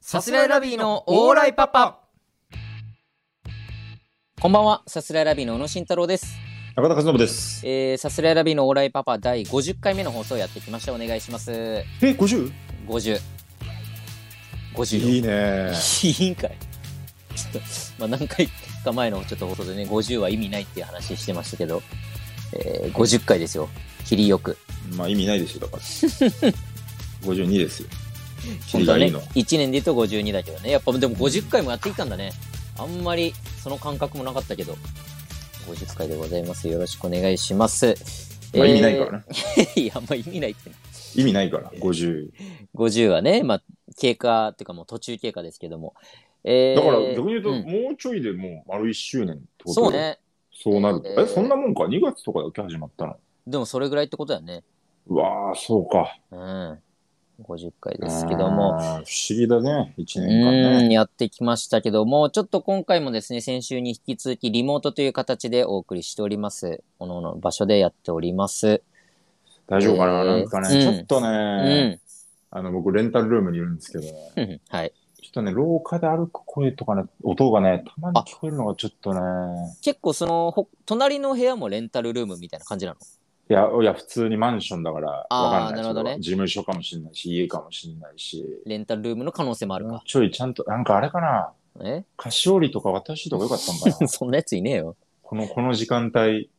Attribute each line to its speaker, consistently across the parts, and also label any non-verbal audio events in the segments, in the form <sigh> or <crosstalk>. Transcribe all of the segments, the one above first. Speaker 1: さすらいラビーのオーライパパこんばんは、さすらいラビーの宇野慎太郎です。
Speaker 2: 中田和信です。
Speaker 1: えー、さすらいラビーのオーライパパ第50回目の放送やってきました。お願いします。
Speaker 2: え、五十？
Speaker 1: 50。50よ。
Speaker 2: いいね。
Speaker 1: いいんかい。ちょっと、まあ、何回か前のちょっと放送でね、50は意味ないっていう話してましたけど、えー、50回ですよ。切りよく。
Speaker 2: まあ意味ないですよだ
Speaker 1: <laughs>
Speaker 2: から。五十二ですよ。キ
Speaker 1: 本
Speaker 2: リ
Speaker 1: 当は
Speaker 2: がい
Speaker 1: ね、
Speaker 2: いの。
Speaker 1: 1年で言うと52だけどね。やっぱでも50回もやってきたんだね。あんまりその感覚もなかったけど。50回でございます。よろしくお願いします。
Speaker 2: まあ意味ないからね。
Speaker 1: え <laughs> ー。いや、あんま意味ないってね。
Speaker 2: 意味ないから。五十。
Speaker 1: 50はね、まあ、経過っていうかもう途中経過ですけども。えー、
Speaker 2: だから逆に言うと、
Speaker 1: ん
Speaker 2: もうちょいでもう丸一周年ってこと
Speaker 1: そう。ね。
Speaker 2: そうなると。
Speaker 1: えー
Speaker 2: え、そんなもんか。二月とかだけ始まったの。
Speaker 1: でもそれぐらいってことだよね。
Speaker 2: うわあ、そうか。
Speaker 1: うん。50回ですけども。
Speaker 2: あー。不思議だね。一
Speaker 1: う
Speaker 2: 年間
Speaker 1: ん、
Speaker 2: ね。
Speaker 1: やってきましたけども、ちょっと今回もですね、先週に引き続きリモートという形でお送りしております。各々の場所でやっております。
Speaker 2: 大丈夫かな。
Speaker 1: えー
Speaker 2: なんかね、
Speaker 1: うん
Speaker 2: ちょっと
Speaker 1: う
Speaker 2: ね、
Speaker 1: ん。
Speaker 2: あの僕レンタルルームにいるんですけどね。
Speaker 1: <laughs> はい。
Speaker 2: ちょっとね、廊下で歩く声とかね、音がね、たまに聞こえるのがちょっとね、
Speaker 1: 結構その、ほ隣の部屋もレンタルルームみたいな感じなの
Speaker 2: いや、いや、普通にマンションだから、
Speaker 1: あー
Speaker 2: わかんな
Speaker 1: な
Speaker 2: い
Speaker 1: るほどね
Speaker 2: それは事務所かもしれないし、家かもしれないし、
Speaker 1: レンタルルームの可能性もある
Speaker 2: もう
Speaker 1: か。
Speaker 2: ちょいちゃんと、なんかあれかな、
Speaker 1: え。
Speaker 2: 菓子折りとか渡しとかよかったんか
Speaker 1: <laughs>
Speaker 2: な
Speaker 1: そんなやついねえよ。。
Speaker 2: この、この時間帯、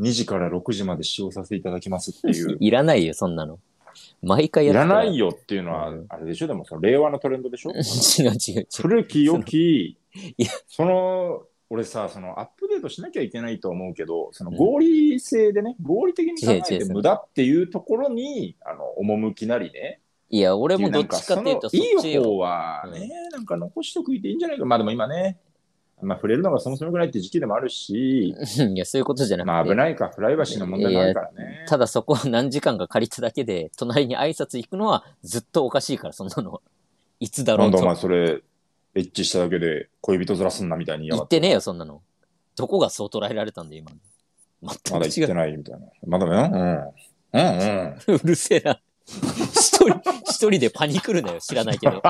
Speaker 2: 2時から6時まで使用させていただきますっていう
Speaker 1: <laughs> いらないよ、そんなの。毎回
Speaker 2: い
Speaker 1: やって
Speaker 2: ら
Speaker 1: た
Speaker 2: ないよっていうのは
Speaker 1: うん、
Speaker 2: あれでしょでもその令和のトレンドでしょ
Speaker 1: 違う違う違う。
Speaker 2: 古き良き
Speaker 1: <laughs> いや、
Speaker 2: その、俺さ、そのアップデートしなきゃいけないと思うけど、その合理性でね、合理的に考
Speaker 1: 違
Speaker 2: え
Speaker 1: う違
Speaker 2: て
Speaker 1: う
Speaker 2: 無駄っていうところに、あの、赴きなりね、
Speaker 1: いや、俺もどっちかっていうと、そっ
Speaker 2: なんかその
Speaker 1: ち
Speaker 2: いい
Speaker 1: よ。
Speaker 2: 方はね、なんか残しておくいていいんじゃないか。まあでも今ね、まあ触れるのがそもそもぐらいって時期でもあるし、
Speaker 1: いや、そういうことじゃなくて。
Speaker 2: まあ危ないか、プライバシーの問題もあるからね。
Speaker 1: ただそこは何時間か借りただけで、隣に挨拶行くのはずっとおかしいから、そんなのは。いつだろ
Speaker 2: なん
Speaker 1: う
Speaker 2: だお前
Speaker 1: と。
Speaker 2: それ、エッチしただけで恋人ずらすんなみたいに言いや
Speaker 1: 言
Speaker 2: が
Speaker 1: っ
Speaker 2: って。
Speaker 1: てねえよ、そんなの。どこがそう捉えられたんだよ、今。
Speaker 2: ま
Speaker 1: 全
Speaker 2: だ
Speaker 1: く違
Speaker 2: 言って
Speaker 1: う。
Speaker 2: ないみたいな。まだね、うん。うんうん。
Speaker 1: うるせえな。一人、一人でパニクるなよ、知らないけ
Speaker 2: <laughs>
Speaker 1: ど。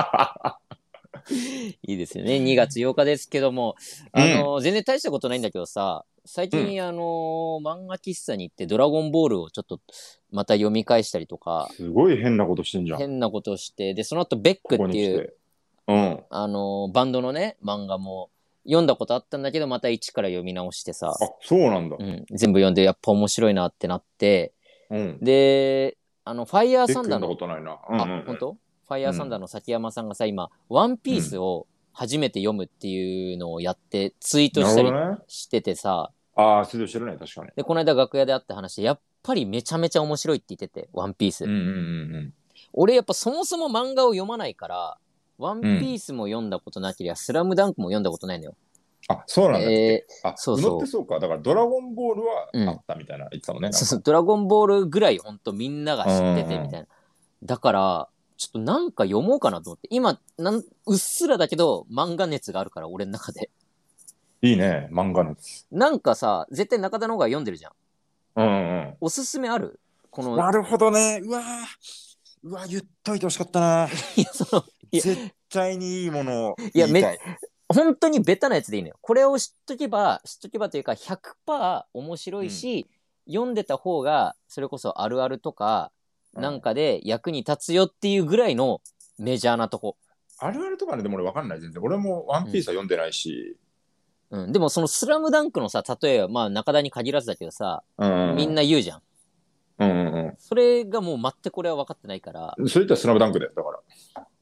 Speaker 1: いいですよね。2月8日ですけども、あの、全然大したことないんだけどさ、最近、あの、漫画喫茶に行って、ドラゴンボールをちょっと、また読み返したりとか、
Speaker 2: すごい変なことしてんじゃん。
Speaker 1: 変なことをして、で、その後、ベック
Speaker 2: こ
Speaker 1: っ
Speaker 2: こ
Speaker 1: て
Speaker 2: に
Speaker 1: い
Speaker 2: 来
Speaker 1: う、
Speaker 2: て。うん。
Speaker 1: あの、バンドのね、漫画も読んだことあったんだけど、また一から読み直してさ
Speaker 2: あ、、そうなんだ
Speaker 1: う。ん、全部読んで、やっぱ面白いなってなって、
Speaker 2: うん。
Speaker 1: で、あの、ファイヤー
Speaker 2: ベッ
Speaker 1: サン
Speaker 2: ク
Speaker 1: ダ
Speaker 2: 読
Speaker 1: ー
Speaker 2: んだ
Speaker 1: の
Speaker 2: こ、とないな。うんうん
Speaker 1: あ、本当？ファイヤーサンダーの崎山さんがさ、今、ワンピースを初めて読むっていうのをやって、ツイート
Speaker 2: な
Speaker 1: した
Speaker 2: るほ
Speaker 1: り
Speaker 2: どね。
Speaker 1: しててさ、
Speaker 2: ああ、それ知らない、確かに。
Speaker 1: で、この間楽屋で会った話で、やっぱりめちゃめちゃ面白いって言ってて、ワンピース。
Speaker 2: うんうんうんうん。
Speaker 1: 俺やっぱそもそも漫画を読まないから、ワンピースも読んだことなければ、スラムダンクも読んだことないのよ。
Speaker 2: あ、そうなんだっけ、
Speaker 1: え
Speaker 2: あ、
Speaker 1: そ
Speaker 2: そうう
Speaker 1: そう
Speaker 2: ってそうか。だから、ドラゴンボールは
Speaker 1: うん
Speaker 2: あったみたいな、言ってたもんね。なんか
Speaker 1: そうそう、ドラゴンボールぐらいほんとみんなが知っててみたいな。だから、ちょっとなんか読もうかなと思って。今、なんうっすらだけど漫画熱があるから、俺の中で。
Speaker 2: いいね、漫画の。
Speaker 1: なんかさ、絶対中田の方が読んでるじゃん。
Speaker 2: うんうん
Speaker 1: おすすめあるこ
Speaker 2: うん。
Speaker 1: の、
Speaker 2: なるほどね。うわーうわー言っといてほしかったな。
Speaker 1: いや、 <laughs> その、いや
Speaker 2: 絶対にいいものを
Speaker 1: いや
Speaker 2: 言いたい。
Speaker 1: 本当にベタなやつでいいのよ。これを知っとけば、知っとけばというか100%面白いし、読んでた方が、それこそあるあるとか、なんかで役に立つよっていうぐらいのメジャーなとこ。
Speaker 2: あるあるとかね、でも俺わかんない、全然。俺もワンピースは読んでないし。
Speaker 1: うん、でもそのスラムダンクのさ、例えば、まあ中田に限らずだけどさ、
Speaker 2: うん、うん。
Speaker 1: みん。な言うじゃん。
Speaker 2: うんうん
Speaker 1: それがもう全くこれは分かってないから、
Speaker 2: うん。そういったらスラムダンクだよ。だから。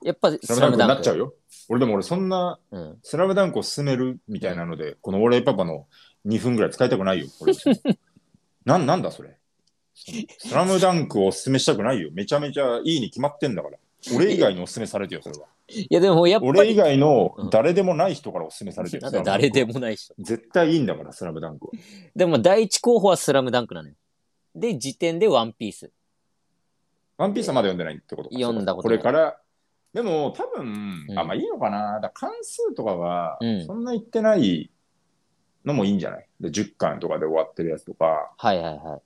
Speaker 1: やっぱス
Speaker 2: ス
Speaker 1: ラ
Speaker 2: ラ
Speaker 1: ム
Speaker 2: ム
Speaker 1: ダ
Speaker 2: ダ
Speaker 1: ン
Speaker 2: ン
Speaker 1: ク。
Speaker 2: クになっちゃうよ。俺でも俺そんな、
Speaker 1: うん。
Speaker 2: スラムダンクを進めるみたいなので、このオーライパパの2分ぐらい使いたくないよ。これ <laughs> なんなんだそれ。スラムダンクをお勧めしたくないよ。めちゃめちゃいいに決まってんだから。俺以外にお勧めされてよ、それは。
Speaker 1: いやでもやっぱ
Speaker 2: 俺以
Speaker 1: り、
Speaker 2: 外の誰でもない人からお勧めされてよ。
Speaker 1: なんだ誰で
Speaker 2: も。
Speaker 1: もないし。
Speaker 2: 絶対いいんだから、スラムダンクは。
Speaker 1: でも第一候補はスラムダンクなのよ。で、時点でワンピース。
Speaker 2: ワンピースはまだ読んでないってことか
Speaker 1: 読んだこと
Speaker 2: こ
Speaker 1: ない
Speaker 2: れから、でも多分、
Speaker 1: うん
Speaker 2: あ、まあいいのかな。だから関数とかは
Speaker 1: うん、
Speaker 2: そんな言ってないのもいいんじゃない、で ?10 巻とかで終わってるやつとか。
Speaker 1: はいはいはい。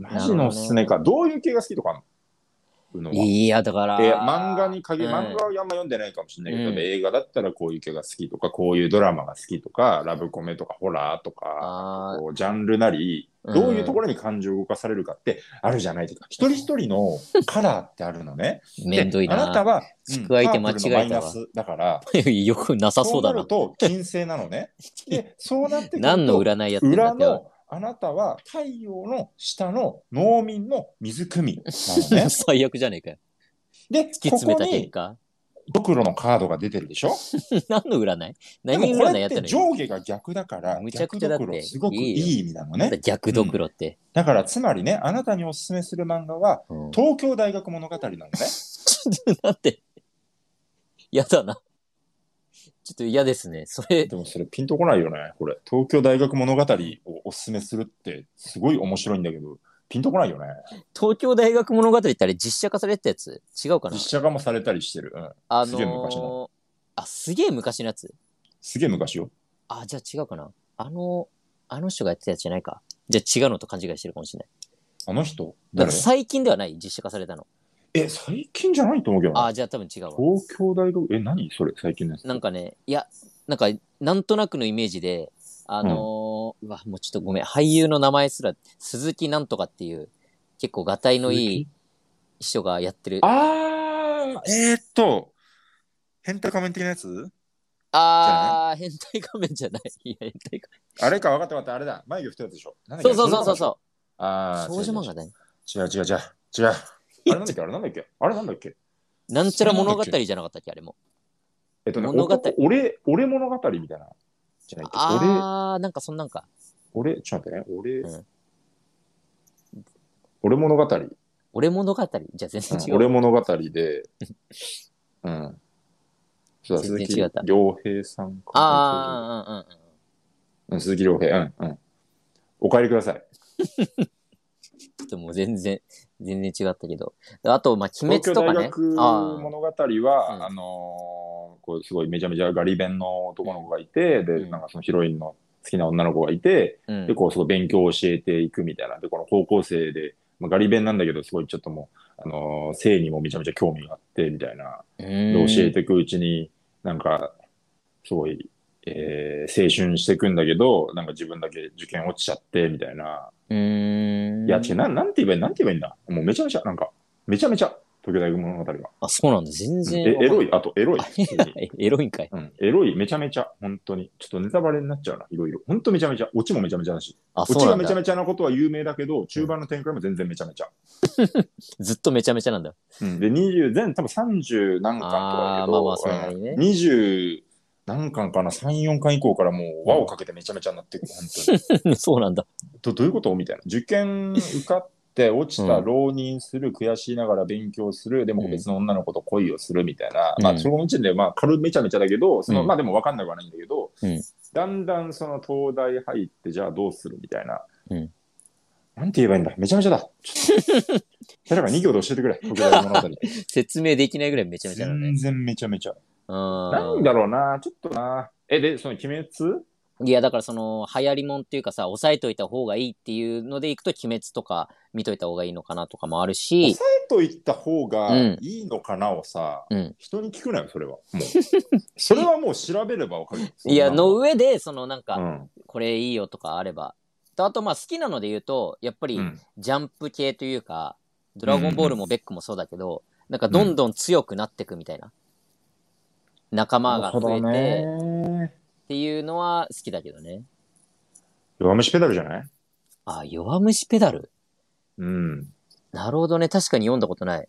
Speaker 2: マジのおすすめか。どういう系が好きとかあんののは。い
Speaker 1: いや、だから。
Speaker 2: や漫画に限り、
Speaker 1: うん
Speaker 2: 漫画はあんま読んでないかもしれないけど、
Speaker 1: うん
Speaker 2: 映画だったらこういう系が好きとか、こういうドラマが好きとか、ラブコメとか、ホラーとか、
Speaker 1: あ
Speaker 2: こうジャンルな
Speaker 1: う
Speaker 2: り、
Speaker 1: ん
Speaker 2: どういうところに感情を動かされるかってあるじゃないですか。一人一人
Speaker 1: <laughs>
Speaker 2: のカラーってあるのね。
Speaker 1: ーめんどい
Speaker 2: であ
Speaker 1: な。<laughs>
Speaker 2: なたは、
Speaker 1: 聞く相手間違えたわ
Speaker 2: パープルのマイナスだから、
Speaker 1: よくなさそうだ
Speaker 2: な
Speaker 1: な
Speaker 2: る。と金星なの
Speaker 1: <laughs>
Speaker 2: ね。で、そうなってくると
Speaker 1: 何の占いやってんだ
Speaker 2: 裏
Speaker 1: って。
Speaker 2: のあなたは太陽の下の農民の水汲み
Speaker 1: <laughs>
Speaker 2: なのね。
Speaker 1: 最悪じゃねえ
Speaker 2: <laughs>
Speaker 1: かよ。
Speaker 2: で、
Speaker 1: 突き
Speaker 2: こ
Speaker 1: 詰め
Speaker 2: こ
Speaker 1: た結
Speaker 2: に
Speaker 1: 果。 <laughs>
Speaker 2: ドクロのカードが出てるでしょ。
Speaker 1: 何の占い
Speaker 2: で
Speaker 1: 何
Speaker 2: もこ
Speaker 1: 占い
Speaker 2: れ
Speaker 1: やっ
Speaker 2: って
Speaker 1: ん
Speaker 2: て
Speaker 1: のよ
Speaker 2: 上下が逆だから、
Speaker 1: むちゃく
Speaker 2: 逆
Speaker 1: ちゃだっ
Speaker 2: ド
Speaker 1: て
Speaker 2: クロすごくい
Speaker 1: い
Speaker 2: い意味なのね。
Speaker 1: 逆ドクロって。
Speaker 2: だからつまりね、あなたにおすすめする漫画は
Speaker 1: うん
Speaker 2: 東京大学物語なの
Speaker 1: <laughs>
Speaker 2: ね。
Speaker 1: ち <laughs> ょっと待って。嫌だな。ちょっと嫌ですね。それ、
Speaker 2: でもそれピンとこないよね、これ。東京大学物語をおすすめするってすごい面白いんだけど、ピンとこないよね。
Speaker 1: 東京大学物語ってあれ実写化されてたやつ違うかな
Speaker 2: 実写化もされたりしてる。うん、
Speaker 1: あ
Speaker 2: すげえ昔の
Speaker 1: あ、すげえ昔のやつ。
Speaker 2: すげえ昔よ。
Speaker 1: あ、じゃあ違うかなあの、あの人がやってたやつじゃないか。じゃあ違うのと勘違いしてるかもしれない。
Speaker 2: あの人
Speaker 1: だか
Speaker 2: 誰
Speaker 1: ら最近ではない実写化されたの。
Speaker 2: え、最近じゃないと思うけどな
Speaker 1: あ、じゃあ多分違うわ。
Speaker 2: 東京大学、え、何それ最近のやつ。
Speaker 1: なんかね、いや、なんか、なんとなくのイメージで、あのーうわ、もうちょっとごめん、俳優の名前すら、鈴木なんとかっていう、結構、がたいのいい人がやってる。
Speaker 2: あー、えー、っと、変態仮面的なやつ
Speaker 1: あー、変態仮面じ <laughs> ゃない。いや、変態仮
Speaker 2: あれか、分かった分かった、あれだ。眉毛太いやつでしょ。なん
Speaker 1: 面。
Speaker 2: だっ
Speaker 1: そう
Speaker 2: け
Speaker 1: そうそうそう。そ
Speaker 2: あ
Speaker 1: う。少女漫画
Speaker 2: 画
Speaker 1: だね。
Speaker 2: 違う違う違う。違う。あれなんだっけあれ
Speaker 1: <laughs>
Speaker 2: なんだっけあれなんだっけ
Speaker 1: なんちゃら物語じゃなかったっけ、あれも。
Speaker 2: えっとね、
Speaker 1: 物語
Speaker 2: 男俺、俺物語みたいな。じゃないっけ
Speaker 1: あー、なんかそんなんか。
Speaker 2: 俺、俺、ちょっと待ってね、俺、
Speaker 1: うん
Speaker 2: 俺物語、
Speaker 1: 俺物語じゃ全
Speaker 2: う
Speaker 1: 然
Speaker 2: ん
Speaker 1: 違う。
Speaker 2: 俺物語
Speaker 1: <laughs>
Speaker 2: で、うん。そう
Speaker 1: 全
Speaker 2: だ鈴
Speaker 1: 然
Speaker 2: 木
Speaker 1: 違った
Speaker 2: 亮平さんか
Speaker 1: あー、うんうんうん。
Speaker 2: うん鈴木亮平、うん、うん。お帰りください。
Speaker 1: ちょっともう全然、全然違ったけど。あと、まあ、鬼
Speaker 2: 東
Speaker 1: 滅
Speaker 2: 京
Speaker 1: とか
Speaker 2: 大
Speaker 1: ね
Speaker 2: 学。
Speaker 1: あー
Speaker 2: 物語は、あのーこうすごいめちゃめちゃガリ弁の男の子がいて、で、
Speaker 1: うん
Speaker 2: なんかそのヒロインの好きな女の子がいて、
Speaker 1: うん
Speaker 2: で、こう、すごい勉強を教えていくみたいな。で、この高校生で、まあ、ガリ勉なんだけど、すごいちょっともう、あのー性にもめちゃめちゃ興味があって、みたいな。で、
Speaker 1: うん
Speaker 2: 教えていくうちに、なんか、すごい、えー青春していくんだけど、なんか自分だけ受験落ちちゃって、みたいな。
Speaker 1: うーん。
Speaker 2: いや、違う、なん、なんて言えばいい、なんて言えばいいんだ。もうめちゃめちゃ、なんか、めちゃめちゃ、東京大学物語が。
Speaker 1: あ、そうなんだ。全
Speaker 2: え、
Speaker 1: 然。
Speaker 2: エロ
Speaker 1: い。
Speaker 2: い、あと、エ
Speaker 1: <laughs>
Speaker 2: ロい。普通に
Speaker 1: エロいんかい。
Speaker 2: うん、エロい、めちゃめちゃ、本当に。ちょっとネタバレになっちゃうな、いろいろ。本当めちゃめちゃ、オチもめちゃめちゃだし。
Speaker 1: あ、
Speaker 2: オ
Speaker 1: そ
Speaker 2: チ
Speaker 1: うな
Speaker 2: が
Speaker 1: ん
Speaker 2: めちゃ
Speaker 1: だ。
Speaker 2: めちゃなことは有名だけど、中盤の展開も全然めちゃめちゃ。
Speaker 1: ずっとめちゃめちゃなんだ。
Speaker 2: うん、で、20、全、多分30何巻とかだ
Speaker 1: あ
Speaker 2: け
Speaker 1: ー
Speaker 2: ど、
Speaker 1: まあまあそれなりにね
Speaker 2: うん20何巻かな、3、4巻以降からもう輪をかけてめちゃめちゃになってくる、本当
Speaker 1: <laughs>
Speaker 2: に。
Speaker 1: そうなんだ。
Speaker 2: どどういうことみたいな。受
Speaker 1: <laughs>
Speaker 2: 験受かって落ちた、
Speaker 1: うん
Speaker 2: 浪人する、悔しいながら勉強する、でも
Speaker 1: うん
Speaker 2: 別の女の子と恋をするみたいな、
Speaker 1: うん
Speaker 2: まあ、そのうちで、まあ、軽めちゃめちゃだけど、その、
Speaker 1: うん
Speaker 2: まあでも分かんなくはないんだけど、
Speaker 1: うん
Speaker 2: だんだんその東大入って、じゃあどうするみたいな。
Speaker 1: うん
Speaker 2: なんて言えばいいんだめちゃめち
Speaker 1: <laughs>
Speaker 2: ゃだ。ちょっと例えば2行で教えてくれ、僕らの物語。
Speaker 1: 説明できないぐらいめちゃめちゃなんだ
Speaker 2: 全
Speaker 1: ね。
Speaker 2: 然めちゃめちゃ。な
Speaker 1: うん
Speaker 2: だろうな、ちょっとな。え、で、その鬼滅
Speaker 1: ん。いや、だからその、流行りもんっていうかさ、押さえといた方がいいっていうのでいくと、鬼滅とか見といた方がいいのかなとかもあるし、
Speaker 2: 抑えといった方が
Speaker 1: うん
Speaker 2: いいのかなをさ、
Speaker 1: うん
Speaker 2: 人に聞くなよ、それは。もう
Speaker 1: <laughs>
Speaker 2: それはもう調べればわかる。
Speaker 1: いや、の上で、そのなん
Speaker 2: う
Speaker 1: か、
Speaker 2: ん、
Speaker 1: これいいよとかあれば。とあと、まあ好きなので言うと、やっぱり、
Speaker 2: うん
Speaker 1: ジャンプ系というか、ドラゴンボールもベックもそうだけど、なんかどんどん強くなってくみたいな。仲間が増え
Speaker 2: な
Speaker 1: て
Speaker 2: るほどね。
Speaker 1: っていうのは好きだけどね。
Speaker 2: 弱虫ペダルじゃない
Speaker 1: あ、弱虫ペダル
Speaker 2: うん。
Speaker 1: なるほどね。確かに読んだことない。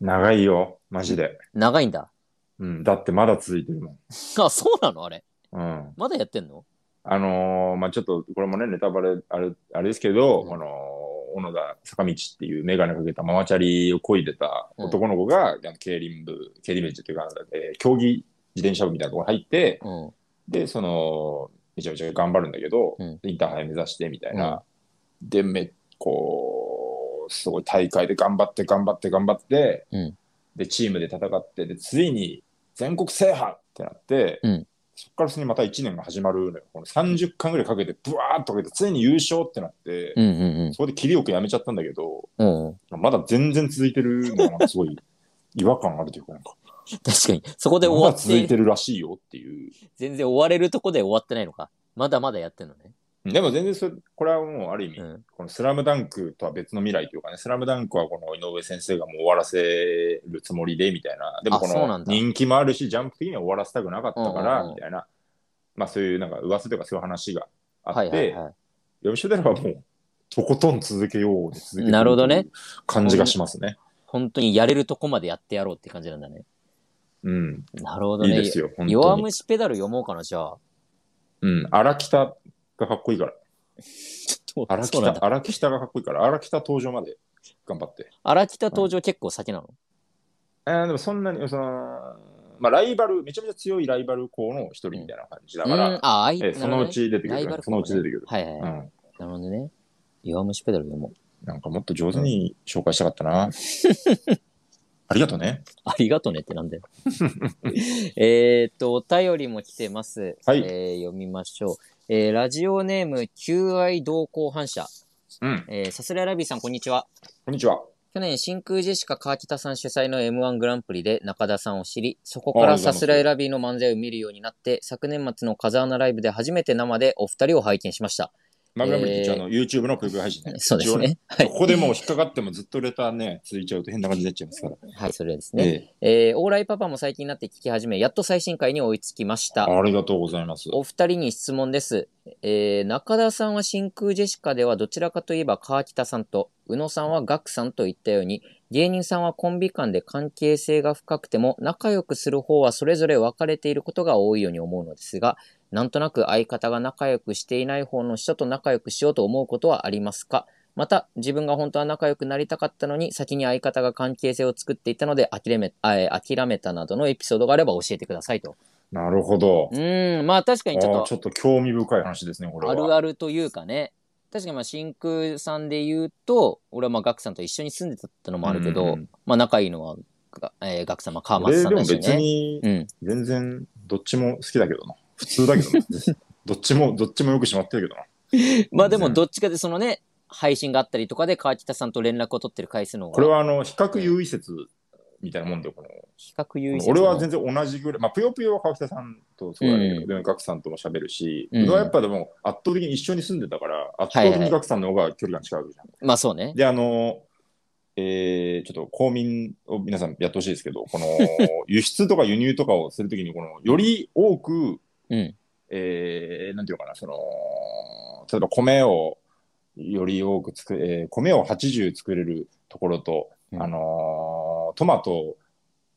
Speaker 2: 長いよ、マジで。
Speaker 1: 長いんだ。
Speaker 2: うん、だってまだ続いてるもん。
Speaker 1: あ、そうなのあれ。
Speaker 2: うん、
Speaker 1: まだやってんの
Speaker 2: あのーまあちょっとこれもねネタバレあれあれですけど、
Speaker 1: うん
Speaker 2: あのー小野田坂道っていう眼鏡かけたママチャリを漕いでた男の子が、あの競輪部競輪部っていうか、えー競技自転車部みたいなところに入って、
Speaker 1: うん。
Speaker 2: で、その、めちゃめちゃ頑張るんだけど、
Speaker 1: うん
Speaker 2: インターハイ目指してみたいな。で、め、こう、すごい大会で頑張って、頑張って、頑張って、
Speaker 1: うん
Speaker 2: で、チームで戦って、で、ついに全国制覇ってなって、
Speaker 1: うん
Speaker 2: そっからすにまた1年が始まるのよ。この30巻ぐらいかけて、ブワーっとかけて、ついに優勝ってなって、
Speaker 1: うんうん
Speaker 2: そこで切りよくやめちゃったんだけど、
Speaker 1: うん。うん。
Speaker 2: まだ全然続いてるのがなんかすごい <laughs> 違和感あるというか、なんか、
Speaker 1: 確かに。そこで終
Speaker 2: ま
Speaker 1: わ
Speaker 2: だ
Speaker 1: っ
Speaker 2: 続い
Speaker 1: て、
Speaker 2: てるらしいよっていう。
Speaker 1: 全然終われるとこで終わってないのか。まだまだやってんのね。
Speaker 2: でも全然それ、これはもうある意味、
Speaker 1: うん。
Speaker 2: このスラムダンクとは別の未来というかね、スラムダンクはこの井上先生がもう終わらせるつもりでみたいな、でもこ
Speaker 1: あそうな
Speaker 2: の
Speaker 1: んだ
Speaker 2: 人気もあるし、ジャンプ的には終わらせたくなかったか
Speaker 1: うんうん
Speaker 2: ら
Speaker 1: うん
Speaker 2: みたいな、まあそういうなんか噂というかそういう話があって、
Speaker 1: はいはいはい。
Speaker 2: 読書ではもう、とことん続けようで続けてく
Speaker 1: なるほどね
Speaker 2: という感じがしますね。
Speaker 1: 本当にやれるとこまでやってやろうって感じなんだね。
Speaker 2: うん、
Speaker 1: なるほど
Speaker 2: いい
Speaker 1: ね。
Speaker 2: ですよ、本
Speaker 1: 弱
Speaker 2: 当に。
Speaker 1: 虫ペダル読もうかな、じゃあ。
Speaker 2: うん、荒北がかっこいいから、荒
Speaker 1: そうなんだ
Speaker 2: 北荒北がかっこいいから、荒北登場まで頑張って。
Speaker 1: 荒北登場結構先なの、
Speaker 2: えーでもそんなに、その、まあ、ライバル、めちゃめちゃ強いライバル校の一人みたいな感じだか
Speaker 1: う
Speaker 2: ら、
Speaker 1: ん、あ、あい
Speaker 2: えーそのうち出てく
Speaker 1: ライ
Speaker 2: る、
Speaker 1: バル
Speaker 2: そのうち出てくる、
Speaker 1: はいはいはい、
Speaker 2: うん。
Speaker 1: なるほどね。弱虫ペダル読もう。 <laughs>
Speaker 2: なんかもっと上手に紹介したかったな。ありがとうね。
Speaker 1: ありがとねってなんだ
Speaker 2: <laughs>
Speaker 1: よ。えーっと、お便りも来てます。
Speaker 2: はい
Speaker 1: えー読みましょう。えーラジオネーム、求愛同行反射。
Speaker 2: うん、
Speaker 1: えー、さすらいラビーさん、こんにちは。
Speaker 2: こんにちは。
Speaker 1: 去年、真空ジェシカ川北さん主催の M1 グランプリで中田さんを知り、そこからさすらいラビーの漫才を見るようになって、昨年末の風穴ライブで初めて生でお二人を拝見しました。
Speaker 2: マグラムリ
Speaker 1: えー
Speaker 2: ッチ、あの、YouTube のプログ配信ね。
Speaker 1: <laughs> そうですね。
Speaker 2: 一応ねここでもう引っかかってもずっとレターね、続いちゃうと変な感じになっちゃいますから。
Speaker 1: はい、それです <laughs> ね。
Speaker 2: え
Speaker 1: えー、オーライパパも最近になって聞き始め、やっと最新回に追いつきました
Speaker 2: ー。ありがとうございます。
Speaker 1: お二人に質問です。えー、中田さんは真空ジェシカではどちらかといえば川北さんと、宇野さんはガクさんといったように、芸人さんはコンビ間で関係性が深くても、仲良くする方はそれぞれ分かれていることが多いように思うのですが、なんとなく相方が仲良くしていない方の人と仲良くしようと思うことはありますかまた、自分が本当は仲良くなりたかったのに、先に相方が関係性を作っていたので諦め、あえー諦めたなどのエピソードがあれば教えてくださいと。
Speaker 2: なるほど
Speaker 1: う。ーん、まあ確か
Speaker 2: あ
Speaker 1: にちょっと
Speaker 2: ーちょっと興味深い話ですね、これは。
Speaker 1: あるあるというかね確かにまあ真空さんで言うと俺はまあガクさんと一緒に住んでたってのもあるけど、
Speaker 2: うんうん
Speaker 1: まあ仲いいのはガ,、えー、ガクさんまあ川
Speaker 2: 俺
Speaker 1: 松さん
Speaker 2: でも
Speaker 1: だし
Speaker 2: 別
Speaker 1: ね。
Speaker 2: に
Speaker 1: うん、
Speaker 2: 全然どっちも好きだけどな。普通だけ
Speaker 1: <laughs>
Speaker 2: どな。どっちも、どっちもよくしまってるけどな。
Speaker 1: まあでもどっちかでそのね配信があったりとかで川北さんと連絡を取ってる回数の方が
Speaker 2: これはあの、比較優位説みたいなもんで、この、
Speaker 1: 比較優位
Speaker 2: 俺は全然同じぐらい、まあ、ぷよぷよは川北さんとそうだけど、でもガクさんとも喋るし、
Speaker 1: うん
Speaker 2: 俺はやっぱでも圧倒的に一緒に住んでたから、圧倒的にガクさんの方が距離が近いわけじゃん。
Speaker 1: まあそうね
Speaker 2: <laughs> で、あの、えーちょっと公民を皆さんやってほしいですけど、
Speaker 1: <laughs>
Speaker 2: この輸出とか輸入とかをするときに、このより多く、
Speaker 1: うん
Speaker 2: えーなんていうのかな、その、例えば米をより多く作、えー米を80作れるところと、
Speaker 1: うん
Speaker 2: あのートマトを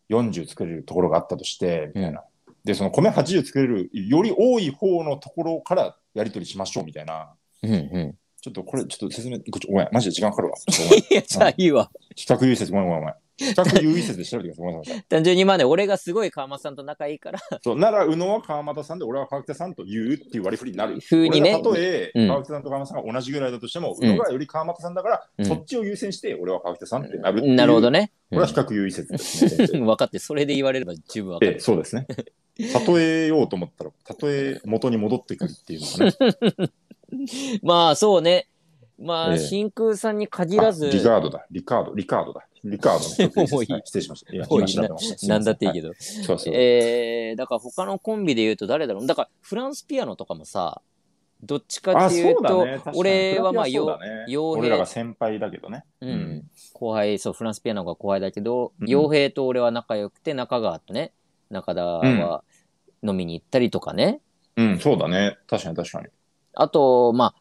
Speaker 2: 40作れるところがあったとして、みたいな。で、その米80作れるより多い方のところからやり取りしましょうみたいな。
Speaker 1: うんうん
Speaker 2: ちょっとこれ、ちょっと説明、ごめん、マジで時間かかる
Speaker 1: <laughs>
Speaker 2: わ。ちょっとごめん
Speaker 1: いやじゃあいいわ
Speaker 2: 比較優位説、ごめんごめんごめん。比較優位説で調べてください。ごめんなさい。
Speaker 1: 単純にまあね俺がすごい川松さんと仲いいから
Speaker 2: そう、なら、宇野は川俣さんで、俺は川北さんと言うっていう割り振りになる。
Speaker 1: 風にね
Speaker 2: <laughs> 俺がたとえ、
Speaker 1: うん
Speaker 2: 川北さんと川俣さんが同じぐらいだとしても、
Speaker 1: うん
Speaker 2: 宇野がより川俣さんだから、
Speaker 1: うん
Speaker 2: そっちを優先して、俺は川北さんってなるっていう。
Speaker 1: なるほど
Speaker 2: ね。
Speaker 1: ね、 <laughs>
Speaker 2: これは比較優位説ですね。
Speaker 1: うん分かってそれで言われれば十分分か
Speaker 2: え
Speaker 1: る
Speaker 2: え、そうですね。例えようと思ったら、例え元に戻ってくるっていうのがね。
Speaker 1: まあそうねまあ、
Speaker 2: ええ
Speaker 1: 真空さんに限らず
Speaker 2: あリカードだ。リカード、リカードだ。リカードの比較
Speaker 1: <laughs> もうい
Speaker 2: 優位説
Speaker 1: い
Speaker 2: はい失礼しました。いや、
Speaker 1: もういい
Speaker 2: 今調べましたすいませ
Speaker 1: なんだっていいけど、
Speaker 2: はいそうそう。
Speaker 1: えー、だから他のコンビで言うと誰だろうだからフランスピアノとかもさどっちか
Speaker 2: あ、
Speaker 1: っていう
Speaker 2: そうだ
Speaker 1: と
Speaker 2: ね。確かに
Speaker 1: 俺はまあ
Speaker 2: フラ
Speaker 1: よ
Speaker 2: ンスはそうだね
Speaker 1: 傭兵
Speaker 2: 俺らが先輩だけどね。
Speaker 1: う
Speaker 2: うんん、
Speaker 1: 後輩そうフランスピアノが後輩だけど
Speaker 2: うん
Speaker 1: 洋、平と俺は仲良くて中川とね中田は飲みに行ったりとかね、
Speaker 2: うん、そうだね。確かに確かに。
Speaker 1: あとまあ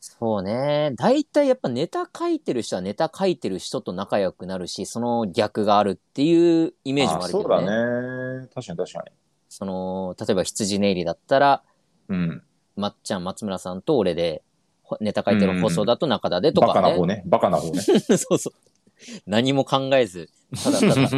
Speaker 1: そうね大体やっぱネタ書いてる人はネタ書いてる人と仲良くなるしその逆があるっていうイメージもあるけど
Speaker 2: あそう
Speaker 1: ね
Speaker 2: だね。確かに確か
Speaker 1: その例えば羊ネイリだったら
Speaker 2: に。うん。
Speaker 1: まっちゃん、松村さんと俺で、ほネタ書いてる細田と中田でと
Speaker 2: バカ
Speaker 1: か
Speaker 2: な
Speaker 1: ね。
Speaker 2: 方ね。バカな方 <laughs> ね。
Speaker 1: <laughs> そうそう。何も考えず、ただただ <laughs>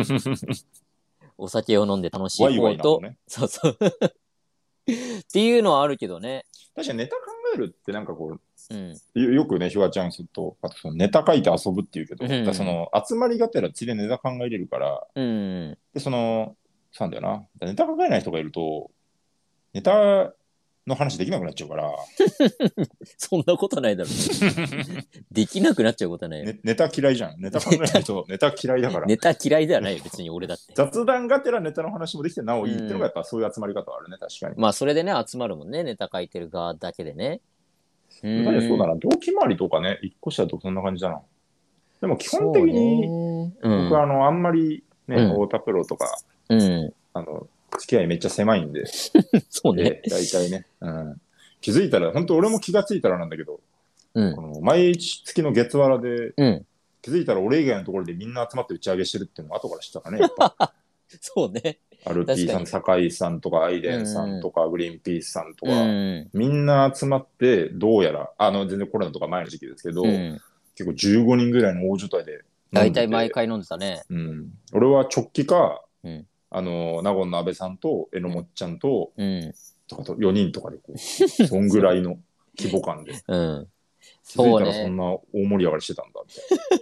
Speaker 1: お酒を飲んで楽しい
Speaker 2: ワイ
Speaker 1: 方
Speaker 2: ワイな方
Speaker 1: と、
Speaker 2: ね。
Speaker 1: そうそう。 <laughs> っていうのはあるけどね。
Speaker 2: 確かにネタ考えるってなんかこ
Speaker 1: うん。
Speaker 2: う、よよくね、ひわちゃんと、あとそのネタ書いて遊ぶっていうけど、
Speaker 1: うん
Speaker 2: だからその集まりがてらちでネタ考えれるから、
Speaker 1: うん。
Speaker 2: で、その、そうなんだよな。ネタ考えない人がいると、ネタの話できなくなっちゃうから、
Speaker 1: そんなことないだろ。
Speaker 2: <laughs>
Speaker 1: できなくなっちゃうことはないよ。
Speaker 2: ねネタ嫌いじゃん。ネタ考えない <laughs> とネタ嫌いだから。
Speaker 1: ネタ嫌いではないよ、別に俺だ
Speaker 2: <laughs>
Speaker 1: って。
Speaker 2: 雑談がてらネタの話もできてなおいいっていうのがやっぱそういう集まり方はあるね、確かに。
Speaker 1: まあ、それでね、集まるもんね、ネタ書いてる側だけでね。う
Speaker 2: まあねそうだ
Speaker 1: な。
Speaker 2: な、同期周りとかね、一個下だとそんな感じだな。でも基本的に、
Speaker 1: そうね、
Speaker 2: 僕はあの、あんまりね、
Speaker 1: うん
Speaker 2: 太田プロとか、
Speaker 1: うん。うん。
Speaker 2: あの、付き合いめっちゃ狭いんで、
Speaker 1: そうね
Speaker 2: で。大体ね、うん。気づいたら、本当俺も気がついたらなんだけど、
Speaker 1: うん
Speaker 2: こ。の毎月の月わらで
Speaker 1: うん。
Speaker 2: 気づいたら俺以外のところでみんな集まって打ち上げしてるっていうのは後から知ったからね、やっ
Speaker 1: <laughs>
Speaker 2: ぱ。
Speaker 1: そうね。
Speaker 2: アルティさん、酒井さんとか、アイデンさんとか、グリーンピースさんとか、
Speaker 1: うん。
Speaker 2: みんな集まって、どうやら、あの、全然コロナとか前の時期ですけど、
Speaker 1: うん。
Speaker 2: 結構15人ぐらいの大所帯で飲んでて。
Speaker 1: 大体毎回飲んでたね。
Speaker 2: うん、俺は直帰か、
Speaker 1: うん
Speaker 2: あの納言の安倍さんとえのもっちゃんと,、
Speaker 1: うん。
Speaker 2: とかと4人とかでこう <laughs> そんぐらいの規模感で
Speaker 1: うん。
Speaker 2: 気づ
Speaker 1: <laughs>
Speaker 2: い
Speaker 1: そう
Speaker 2: たらそん
Speaker 1: ね。
Speaker 2: な大盛り上がりしてたんだ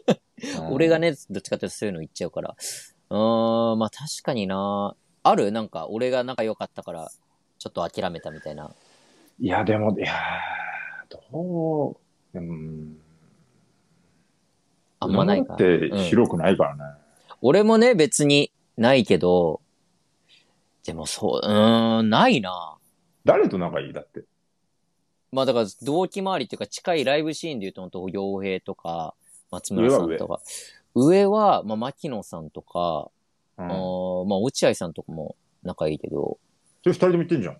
Speaker 2: みたいな
Speaker 1: <laughs> 俺がね、どっちかっていうとそういうの言っちゃうから。うーん、まあ確かにな。あるなんか、俺が仲良かったから、ちょっと諦めたみたいな。
Speaker 2: いやでもいやーどううん
Speaker 1: あんまないか
Speaker 2: 今。って広くないからね、
Speaker 1: 俺もね、別にないけど、でもそう、うーん、ないな。
Speaker 2: 誰と仲いいだって
Speaker 1: まあだから同期周りっていうか近いライブシーンで言うと、本当洋平とか、松村さんとか。上は、まあ、牧野さんとか、
Speaker 2: う
Speaker 1: あ
Speaker 2: ん
Speaker 1: ーまあ、落合さんとかも仲いいけど、
Speaker 2: それ二人とも言ってんじゃん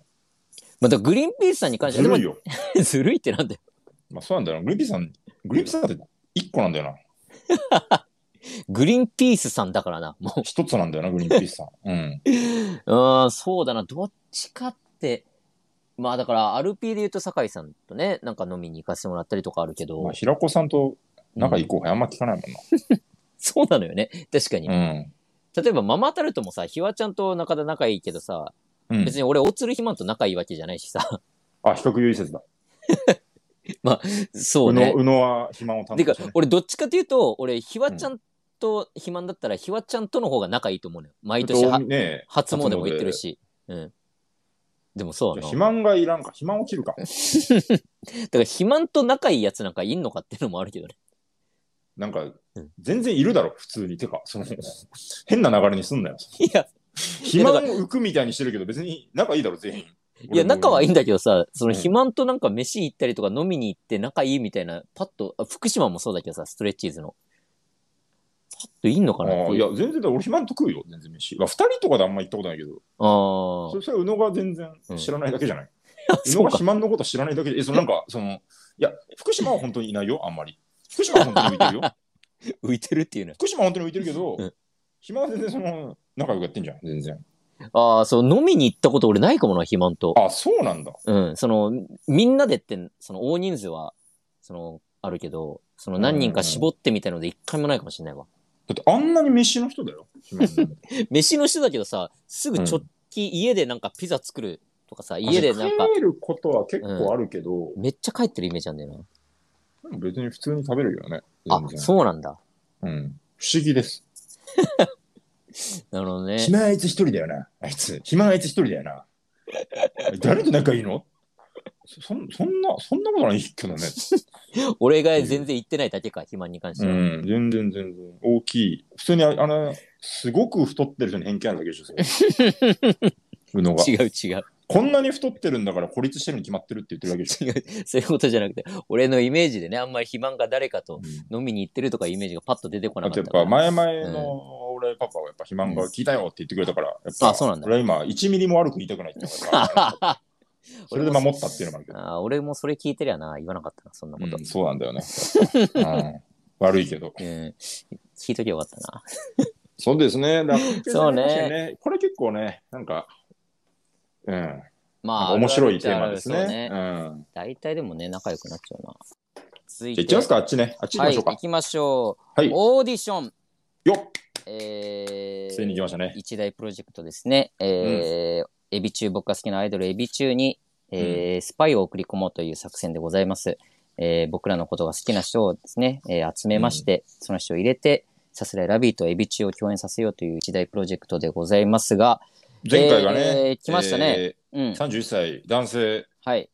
Speaker 1: まあ、だからグリーンピースさんに関して
Speaker 2: ず
Speaker 1: は、でも
Speaker 2: るい
Speaker 1: <laughs>
Speaker 2: よ、
Speaker 1: ずるいってなんだよ。
Speaker 2: まあ、そうなんだよなグリーンピースさんグリーンピースさんって一個なんだよな
Speaker 1: グリーンピースさんだからな、もう。
Speaker 2: 一つなんだよなグリーンピースさん、
Speaker 1: <laughs>
Speaker 2: うん、
Speaker 1: うーん、そうだな、どっちかって、まあだから、アルピーで言うと酒井さんとね、なんか飲みに行かせてもらったりとかあるけど、
Speaker 2: まあ、平子さんと仲い
Speaker 1: うん
Speaker 2: い後輩あんま聞かないもんな
Speaker 1: そうなのよね、確かに。
Speaker 2: うん
Speaker 1: 例えば、ママタルトもさ、ひわちゃんと中田仲いいけどさ、
Speaker 2: うん
Speaker 1: 別に俺、大鶴ひまんと仲いいわけじゃないしさ、
Speaker 2: あ、比較優位説だ。
Speaker 1: そう
Speaker 2: うの
Speaker 1: ね。
Speaker 2: うのは肥満を担
Speaker 1: て
Speaker 2: 当
Speaker 1: か
Speaker 2: してね、。
Speaker 1: 俺、どっちかというと、俺、ひわちゃんと肥満だったら、ひわちゃんとの方が仲いいと思うのよ。毎年は
Speaker 2: えっとね、
Speaker 1: 初詣も行ってるし。うん。でもそう
Speaker 2: じゃあ
Speaker 1: なの
Speaker 2: 肥。満がいらんか、肥満を切るか。
Speaker 1: だから、肥満と仲いいやつなんかいんのかっていうのもある <laughs> けどね。
Speaker 2: なんか
Speaker 1: うん、
Speaker 2: 全然いるだろ、普通に。てか、その、変な流れにすんなよ。
Speaker 1: いや、
Speaker 2: 肥満を浮くみたいにしてるけど、別に仲いいだろ、全員。
Speaker 1: いや、仲はいい
Speaker 2: い。
Speaker 1: んだけどさ、その
Speaker 2: うん
Speaker 1: 肥満となんか飯行ったりとか飲みに行って仲いいみたいな、パッと、あ福島もそうだけどさ、ストレッチーズの。パッといいのかなって
Speaker 2: あ
Speaker 1: い
Speaker 2: いうや、全然だ、俺肥満と食うよ、全然飯。まあ、二人とかであんま行ったことないけど、
Speaker 1: あー
Speaker 2: そしたら宇野が全然知らないだけじゃない。
Speaker 1: <laughs> あ。
Speaker 2: 宇野
Speaker 1: そ
Speaker 2: が
Speaker 1: うか。
Speaker 2: 肥満のこと知らないだけで、え、そのな
Speaker 1: <laughs>
Speaker 2: んか、その、いや、福島は本当にいないよ、あんまり。福島は本当に浮いてるよ。
Speaker 1: <laughs> 浮いてるっていうの。
Speaker 2: 福島は本当に浮いてるけど、
Speaker 1: うん
Speaker 2: 暇は全然その仲良くやってんじゃん、全然。
Speaker 1: ああ、そう、飲みに行ったこと俺ないかもな、肥満と。
Speaker 2: あ、そうなんだ。
Speaker 1: うん、その、みんなでって、その大人数は、その、あるけど、その何人か絞ってみたいので一回もないかもしれないわ。
Speaker 2: だってあんなに飯の人だよ。暇
Speaker 1: <laughs>
Speaker 2: なんて
Speaker 1: 飯の人だけどさ、すぐちょっき、家でなんかピザ作るとかさ、家でなんか、
Speaker 2: 帰ることは結構あるけど、
Speaker 1: めっちゃ帰ってるイメージなんだよな。
Speaker 2: 別に普通に食べるよね。
Speaker 1: あ
Speaker 2: 全、然
Speaker 1: そうなんだ。
Speaker 2: うん。不思議です。
Speaker 1: なるほどね。
Speaker 2: 暇あいつ一人だよな。あいつ。暇あいつ一人だよな。誰と仲いいのそそんそんな、そんなことないけどね。
Speaker 1: 俺が全然行ってないだけか、肥満に関し
Speaker 2: う
Speaker 1: ては。
Speaker 2: ん。全然全然。大きい。普通にあ、あの、すごく太ってる人に偏見あるだけでしょ、それ
Speaker 1: <laughs>
Speaker 2: うのが。
Speaker 1: <laughs> 違う違う
Speaker 2: こんなに太ってるんだから孤立してるに決まってるって言ってるだけでしょ。
Speaker 1: 違う。そういうことじゃなくて、俺のイメージでね、あんまり肥満が誰かと飲みに行ってるとかいうイメージがパッと出てこな
Speaker 2: あ
Speaker 1: か
Speaker 2: と
Speaker 1: っ
Speaker 2: やった
Speaker 1: か
Speaker 2: ぱ
Speaker 1: ら。
Speaker 2: 前々の俺パパはやっぱ肥満が聞いたよって言ってくれたから、やっぱ
Speaker 1: あそうなんだ
Speaker 2: 俺は今1ミリも悪く言いたくないっていうのがやっ
Speaker 1: <laughs>
Speaker 2: ぱあるからそれで守ったっていうのもあるけど
Speaker 1: あー俺もそれ聞いてりゃな、言わなかったな、そんなこと。
Speaker 2: うん、そうなんだよね。うん悪いけ <laughs> ど。
Speaker 1: うん、聞いときゃよかったな。
Speaker 2: そうですね。だ
Speaker 1: そうね。
Speaker 2: これ結構ね、なんか、うん、なん
Speaker 1: ま
Speaker 2: か
Speaker 1: あ、
Speaker 2: 面白い
Speaker 1: あ
Speaker 2: テ
Speaker 1: るあ
Speaker 2: ーマ
Speaker 1: る
Speaker 2: です
Speaker 1: そう
Speaker 2: ね。うん。
Speaker 1: 大体でもね、仲良くなっちゃうな。続い
Speaker 2: じゃあ
Speaker 1: て。
Speaker 2: 行きますか、あっちね。あっち行き
Speaker 1: は
Speaker 2: ま
Speaker 1: い、
Speaker 2: し
Speaker 1: 行
Speaker 2: ょうか。
Speaker 1: きましょう。
Speaker 2: はい。よ
Speaker 1: オーディション。
Speaker 2: っ
Speaker 1: えー、
Speaker 2: ついに行きましたね
Speaker 1: 一大プロジェクトですね。えーエビ中、僕が好きなアイドルエビ中に、えースパイを送り込もうという作戦でございます。えー僕らのことが好きな人をですね、えー集めまして、その人を入れて、さすらいラビーとエビ中を共演させようという一大プロジェクトでございますが、
Speaker 2: 前回がね、
Speaker 1: えー来ましたね。
Speaker 2: え
Speaker 1: うん
Speaker 2: ー、。31歳男性、
Speaker 1: はい。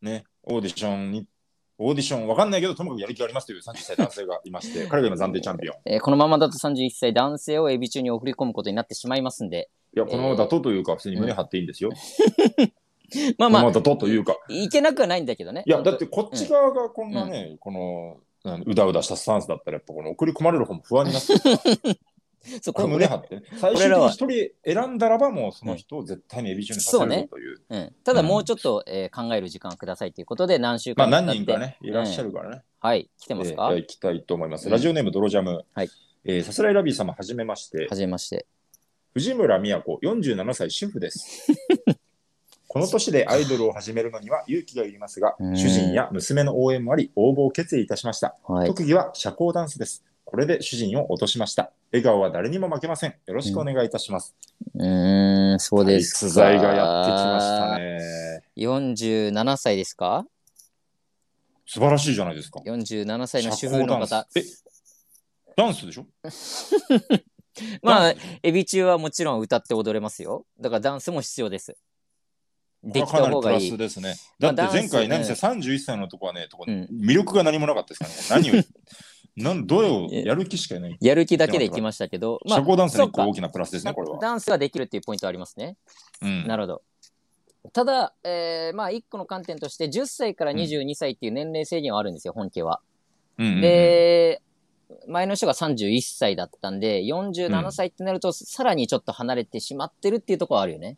Speaker 2: ね、オーディションに、オーディションわかんないけど、ともかくやる気がありますという31歳男性がいまして、彼が今暫定チャンピオン。
Speaker 1: えーこのままだと31歳男性をエビ中に送り込むことになってしまいますんで。
Speaker 2: いや、このまま妥当というか、普通に胸張っていいんですよ。
Speaker 1: まあま
Speaker 2: このまま
Speaker 1: あ、
Speaker 2: 妥当というか。
Speaker 1: いけなくはないんだけどね。
Speaker 2: いや、だってこっち側がこんなね、この、なんうだうだしたスタンスだったら、やっぱこの送り込まれる方も不安になって、
Speaker 1: そう、
Speaker 2: こ
Speaker 1: こ
Speaker 2: れ
Speaker 1: れ俺
Speaker 2: 胸張ってね。最終
Speaker 1: <laughs> 俺
Speaker 2: 的
Speaker 1: ら
Speaker 2: に
Speaker 1: は
Speaker 2: 一人選んだらば、もうその人を絶対にエビ中にさせるぞという。
Speaker 1: うん、ただもうちょっと、えー考える時間くださいということで、何週
Speaker 2: まあ
Speaker 1: 間経っ
Speaker 2: 何人
Speaker 1: て
Speaker 2: かね、いらっしゃるからね。
Speaker 1: はい、来てますか、
Speaker 2: えーいきたいと思います。
Speaker 1: うん
Speaker 2: ラジオネーム、ドロジャム。
Speaker 1: はい
Speaker 2: えーさすらいラビー様、はじめまして
Speaker 1: は。じめまして。
Speaker 2: 藤村美也子、47歳、主
Speaker 1: <laughs>
Speaker 2: 婦です。この年でアイドルを始めるのには勇気がいりますが、
Speaker 1: うん
Speaker 2: 主人や娘の応援もあり、応募を決意いたしました。
Speaker 1: はい。
Speaker 2: 特技は社交ダンスです。これで主人を落としました。笑顔は誰にも負けません。よろしくお願いいたします。
Speaker 1: うーん、そうですか。
Speaker 2: 逸材がやってきました。ね。
Speaker 1: 47歳ですか
Speaker 2: 素晴らしいじゃないですか。
Speaker 1: ?47 歳の主婦の
Speaker 2: 社
Speaker 1: 方。
Speaker 2: 交ダンス。え、ダンスでしょ
Speaker 1: まあ
Speaker 2: ダンス、でしょ
Speaker 1: エビ中はもちろん歌って踊れますよ。だからダンスも必要です。でき
Speaker 2: こ
Speaker 1: た
Speaker 2: れは
Speaker 1: 方
Speaker 2: か
Speaker 1: が
Speaker 2: ないり
Speaker 1: い
Speaker 2: プ。ラスですね。
Speaker 1: ま
Speaker 2: だ
Speaker 1: あ
Speaker 2: って前回、
Speaker 1: ダン
Speaker 2: 何
Speaker 1: ス
Speaker 2: せ31歳のとこはね、とこ
Speaker 1: うん
Speaker 2: 魅力が何もなかったですからね。何を、 <laughs> なんどれをやる気しかない。
Speaker 1: やる気だけでいきましたけど、ま
Speaker 2: 社
Speaker 1: あ、
Speaker 2: 交ダンスの一
Speaker 1: そ
Speaker 2: 個
Speaker 1: うか
Speaker 2: 大きなプラスですね、これは。
Speaker 1: ダンスはできるっていうポイントありますね。
Speaker 2: うん
Speaker 1: なるほど。ただ、えーまあ、一個の観点として、10歳から22歳っていう年齢制限はあるんですよ、本家は。
Speaker 2: うんうんうん
Speaker 1: で、前の人が31歳だったんで、47歳ってなると、さらにちょっと離れてしまってるっていうところはあるよね。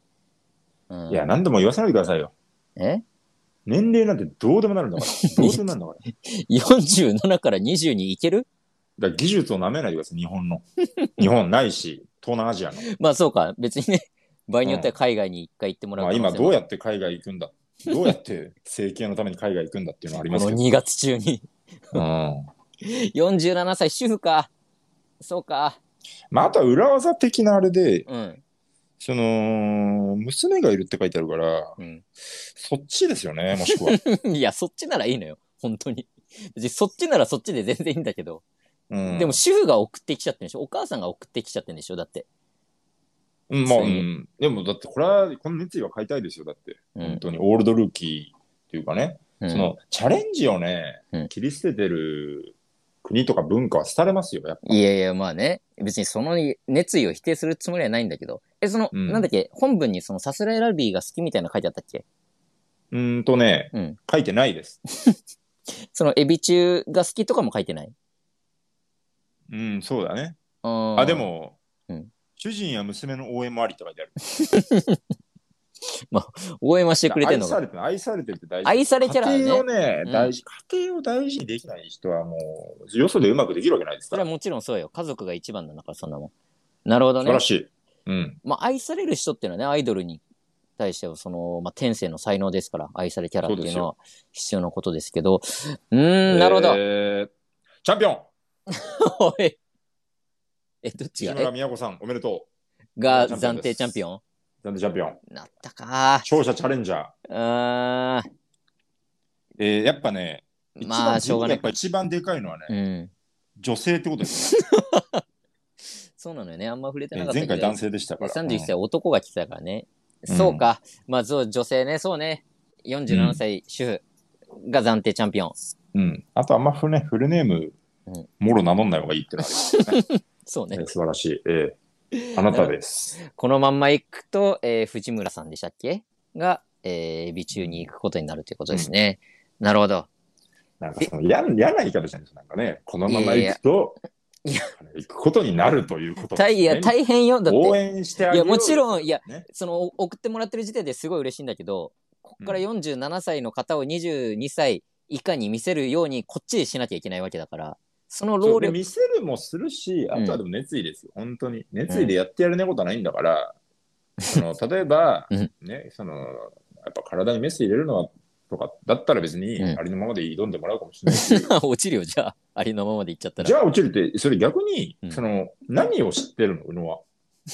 Speaker 1: うん、
Speaker 2: いや、何度も言わさないでくださいよ。
Speaker 1: え
Speaker 2: 年齢なんてどうでもなるんだ
Speaker 1: <laughs>
Speaker 2: から。どうでもなるんだから。
Speaker 1: ?47 から20にいける
Speaker 2: だから技術をなめないでください、日
Speaker 1: <laughs>
Speaker 2: 本の。日本ないし、東南アジアの。
Speaker 1: まあそうか、別にね、場合によっては海外に一回行ってもら
Speaker 2: ま
Speaker 1: う
Speaker 2: あ、今どう
Speaker 1: や
Speaker 2: やって海外行くんだどうやって整形のために海外行くんだっていうのはあり
Speaker 1: こ
Speaker 2: ます
Speaker 1: の
Speaker 2: け
Speaker 1: <laughs>
Speaker 2: ど。
Speaker 1: 2月中に。
Speaker 2: うん
Speaker 1: 47歳、主婦か。そうか。
Speaker 2: まあ、あとは裏技的なあれで、
Speaker 1: うん。
Speaker 2: その、娘がいるって書いてあるから、
Speaker 1: うん、 <laughs>
Speaker 2: そっちですよね、もしくは。
Speaker 1: いや、そっちならいいのよ。本当に。別にそっちならそっちで全然いいんだけど。
Speaker 2: うん、
Speaker 1: <laughs> でも、主婦が送ってきちゃってるんでしょお母さんが送ってきちゃってるんでしょだって。
Speaker 2: うんまあ、う
Speaker 1: 普通に
Speaker 2: ん、でもだって、これは、この熱意は買いたいですよ、だって。
Speaker 1: うん
Speaker 2: 本当に、オールドルーキーっていうかね、その、チャレンジをね、
Speaker 1: うん
Speaker 2: 切り捨ててる国とか文化は廃れますよ、やっぱ。
Speaker 1: いやいや、まあね。別にその熱意を否定するつもりはないんだけど。え、その、
Speaker 2: うん
Speaker 1: なんだっけ、本文にそのさすらいラビーが好きみたいなの書いてあったっけ
Speaker 2: うーんとね、
Speaker 1: うん
Speaker 2: 書いてないです。
Speaker 1: そのエビ中が好きとかも書いてない
Speaker 2: うん、そうだね。
Speaker 1: あ
Speaker 2: あ、で。も、
Speaker 1: うん
Speaker 2: 主人や娘の応援もありって書いてある。
Speaker 1: 応援はしてくれてんの
Speaker 2: 愛さ
Speaker 1: か。
Speaker 2: れてる、愛されてるって大事。
Speaker 1: 愛されてるわね
Speaker 2: 家庭をね、
Speaker 1: うん
Speaker 2: 大事、家庭を大事にできない人はもう、よそでうまくできるわけないです
Speaker 1: そ
Speaker 2: か
Speaker 1: れ
Speaker 2: ら。
Speaker 1: はもちろんそうよ。家族が一番なんだから、そんなもん。なるほど
Speaker 2: 素晴
Speaker 1: ね
Speaker 2: ら。しい。うん。
Speaker 1: まあ、愛される人っていうのはね、アイドルに対しては、その、まあ、天性の才能ですから、愛されキャラっていうのは必要なことですけど。うーん、なるほど。
Speaker 2: えーチャンピオン、
Speaker 1: おい。え、どっち
Speaker 2: 西
Speaker 1: が
Speaker 2: 村
Speaker 1: え
Speaker 2: 美也子さん、おめでと
Speaker 1: が
Speaker 2: チャン
Speaker 1: 暫
Speaker 2: ピオンです
Speaker 1: 定チャンピオン
Speaker 2: う。なんでチャンピオン。
Speaker 1: なったか
Speaker 2: 勝者チャレンジャー。
Speaker 1: うーん。
Speaker 2: えーやっぱね、一番
Speaker 1: まあ、しょうがな
Speaker 2: や
Speaker 1: い
Speaker 2: っ。ぱ一番でかいのはね、
Speaker 1: うん。
Speaker 2: 女性ってことですよ、
Speaker 1: そうなのよね。あんま触れて
Speaker 2: ね
Speaker 1: なかった
Speaker 2: 前
Speaker 1: けど。
Speaker 2: 回男性でしたから。
Speaker 1: 31
Speaker 2: うん
Speaker 1: 歳男が来てたからね。
Speaker 2: うん
Speaker 1: そうか。まあ、そう、女性ね。そうね。47歳主婦が暫定チャンピオン。
Speaker 2: うん。あとあんまフね、フルネーム
Speaker 1: うん、
Speaker 2: もろ名乗んない方がいいってのはありますよね。
Speaker 1: そうね
Speaker 2: え。素晴らしい。え
Speaker 1: <laughs>
Speaker 2: えあなたです。
Speaker 1: このまんま行くと、えー藤村さんでしたっけが、えー、エビ中に行くことになるということですね。なるほど。
Speaker 2: なんかその嫌嫌な言い方じゃないですか。なんかね、このまま行くと、
Speaker 1: いやいや
Speaker 2: 行くことになるということです
Speaker 1: た
Speaker 2: ね
Speaker 1: いや、大変よ。だっ
Speaker 2: 応
Speaker 1: て、
Speaker 2: 援してあげよう
Speaker 1: いやもちろんいや
Speaker 2: ね
Speaker 1: その、お送ってもらってる時点ですごい嬉しいんだけど、ここから
Speaker 2: うん
Speaker 1: 47歳の方を22歳以下に見せるように、こっちでしなきゃいけないわけだから、その
Speaker 2: そ
Speaker 1: 労
Speaker 2: うで
Speaker 1: 力、
Speaker 2: 見せるもするし、あとはでも熱意ですよ、本当に。熱意でやってやれないことはないんだから、
Speaker 1: <laughs>
Speaker 2: その例えば、
Speaker 1: うん
Speaker 2: ね、その、やっぱ体にメス入れるのは、とかだったら別に
Speaker 1: うん
Speaker 2: ありのままで挑んでもらうかもしれない
Speaker 1: <laughs>
Speaker 2: し、
Speaker 1: 落ちるよ、じゃあ。ありのままで行っちゃった
Speaker 2: じ
Speaker 1: ら。
Speaker 2: ゃあ落ちるって、それ逆に、
Speaker 1: うん
Speaker 2: その、何を知ってるの、宇野は。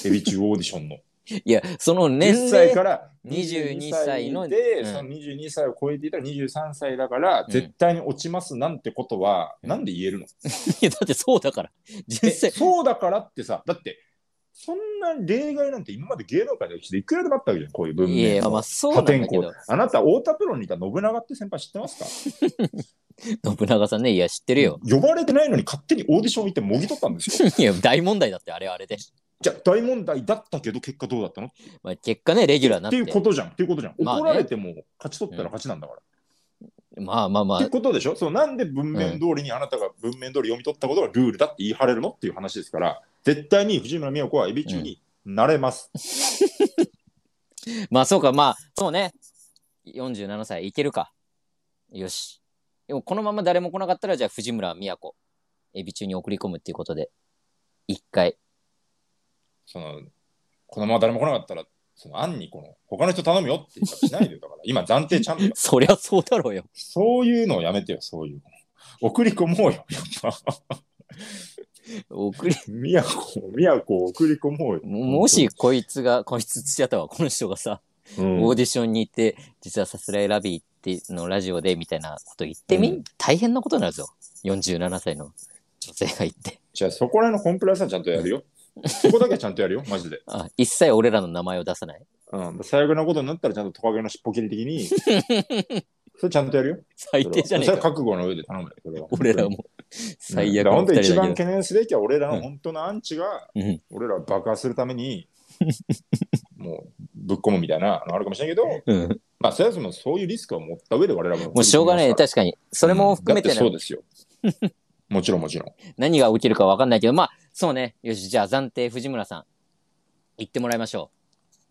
Speaker 2: エビ中オーディションの。
Speaker 1: いや、その
Speaker 2: 10
Speaker 1: 年
Speaker 2: 歳
Speaker 1: 齢
Speaker 2: か、ら
Speaker 1: 22歳の
Speaker 2: で、
Speaker 1: うん
Speaker 2: その22歳を超えていたら23歳だから、
Speaker 1: うん
Speaker 2: 絶対に落ちますなんてことは、なんで言える
Speaker 1: <laughs>
Speaker 2: の、
Speaker 1: いやだってそうだから。
Speaker 2: え
Speaker 1: 10歳。
Speaker 2: そうだからってさだってそんな例外なんて今まで芸能界の歴史でいくらでもあったわけじゃん、こういう文
Speaker 1: い
Speaker 2: 明
Speaker 1: や、ま
Speaker 2: の
Speaker 1: あそうな
Speaker 2: 破
Speaker 1: んだけ
Speaker 2: 天
Speaker 1: ど、
Speaker 2: 荒。あなた、太田プロにいた信長って先輩知ってますか
Speaker 1: 信長さんね、いや、知ってるよ。
Speaker 2: 呼ばれてないのに勝手にオーディション行ってもぎ取ったんですよ。
Speaker 1: <laughs> いや、大問題だって、あれはあれで。
Speaker 2: じゃあ大問題だったけど結果どうだったのっ
Speaker 1: まあ、結果ね、レギュラーになって
Speaker 2: い
Speaker 1: て。
Speaker 2: うことじゃん。っていうことじゃん。
Speaker 1: まあね
Speaker 2: 怒られても勝ち取ったら勝ちなんだから。
Speaker 1: まあまあま
Speaker 2: っ
Speaker 1: あ
Speaker 2: ていう、ことでしょそうなんで文面通りにあなたが文面通り読み取ったことがルールだって言い張れるのっていう話ですから、絶対に藤村美代子はエビ中になれます。
Speaker 1: まあそうか、まあ、そうね。47歳、いけるか。よし。でも、このまま誰も来なかったら、じゃあ、藤村都子、エビ中に送り込むっていうことで、一回。
Speaker 2: そのこのまま誰も来なかったら、その案にこの他の人頼むよって言ったらしないでよだから、今暫定チャンネル。
Speaker 1: そりゃそうだろうよ。
Speaker 2: そういうのをやめてよ、そういう。送り込もうよ、 <laughs> やっぱ。
Speaker 1: 送り、
Speaker 2: 宮古、宮古を送り込もうよ。
Speaker 1: ももし、こいつが、こいつつやったわ、この人がさ、
Speaker 2: うん
Speaker 1: オーディションに行って、実はさすらいラビーってのラジオで、みたいなこと言ってみ、
Speaker 2: うん
Speaker 1: 大変なことになるぞ。47歳の女性が言って。
Speaker 2: じゃあそこら辺のコンプライアンスはちゃんと
Speaker 1: <laughs>
Speaker 2: やるよ。そこだけはちゃんとやるよ、マジで。
Speaker 1: あ、一切俺らの名前を出さない。
Speaker 2: うん、最悪なことになったらちゃんとトカゲの尻尾切り的
Speaker 1: <laughs>
Speaker 2: に。それちゃんとやるよ。
Speaker 1: 最低じゃね
Speaker 2: そ
Speaker 1: え
Speaker 2: れは
Speaker 1: か。
Speaker 2: 覚悟の上で頼むよ、それは。
Speaker 1: 俺ら
Speaker 2: うん
Speaker 1: も、最悪
Speaker 2: だから
Speaker 1: の
Speaker 2: 本当
Speaker 1: 二
Speaker 2: に一
Speaker 1: 人だ
Speaker 2: 番
Speaker 1: けど。
Speaker 2: 懸念すべきは俺ら
Speaker 1: う
Speaker 2: の
Speaker 1: ん
Speaker 2: 本当のアンチが、
Speaker 1: うん
Speaker 2: 俺らを爆破するために、もうぶっ込むみたいなのあるかもしれないけど、
Speaker 1: うん、
Speaker 2: まあ、それはそのそういうリスクを持った上で我々も。
Speaker 1: もうしょうがない、
Speaker 2: うん
Speaker 1: 確かに。それも含めて,、
Speaker 2: だってそうですよ。
Speaker 1: <laughs>
Speaker 2: もちろんもちろん。
Speaker 1: 何が起きるかわかんないけど、まあ、そうね。よし、じゃあ暫定藤村さん、行ってもらいましょ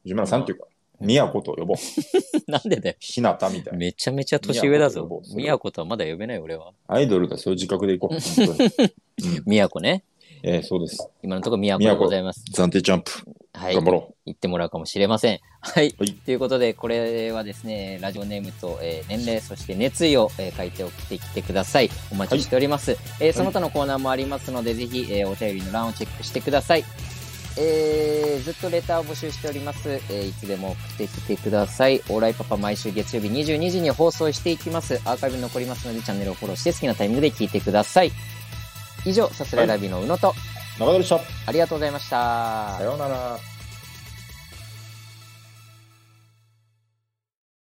Speaker 2: 藤村さんっていうか、宮古と呼ぼう。
Speaker 1: う。 <laughs> なんでだよ。
Speaker 2: 日向みたいな。
Speaker 1: めちゃめちゃ年上だぞ
Speaker 2: 宮古と呼ぼう。それ
Speaker 1: 宮古とはまだ呼べない、俺は。
Speaker 2: アイドルがそういう自覚でいこう。本当
Speaker 1: <laughs>
Speaker 2: に
Speaker 1: 宮古ね。
Speaker 2: ええそうです。
Speaker 1: 今のところ宮古でございます。
Speaker 2: 暫定ジャンプ、
Speaker 1: はい。
Speaker 2: 頑張ろ
Speaker 1: 行ってもらうかもしれません。はい。
Speaker 2: はい
Speaker 1: ということで、これはですね、ラジオネームと、えー年齢、そして熱意を、えー書いて送ってきてください。お待ちしております。えーその他のコーナーもありますので、ぜひ、えーお便りの欄をチェックしてください。えーずっとレターを募集しております。えーいつでも送ってきてください。オーライパパ毎週月曜日22時に放送していきます。アーカイブ残りますので、チャンネルをフォローして好きなタイミングで聞いてください。以上、さすらいラビの宇野と、
Speaker 2: う。中田でした。
Speaker 1: ありがとうございました。
Speaker 2: さようなら。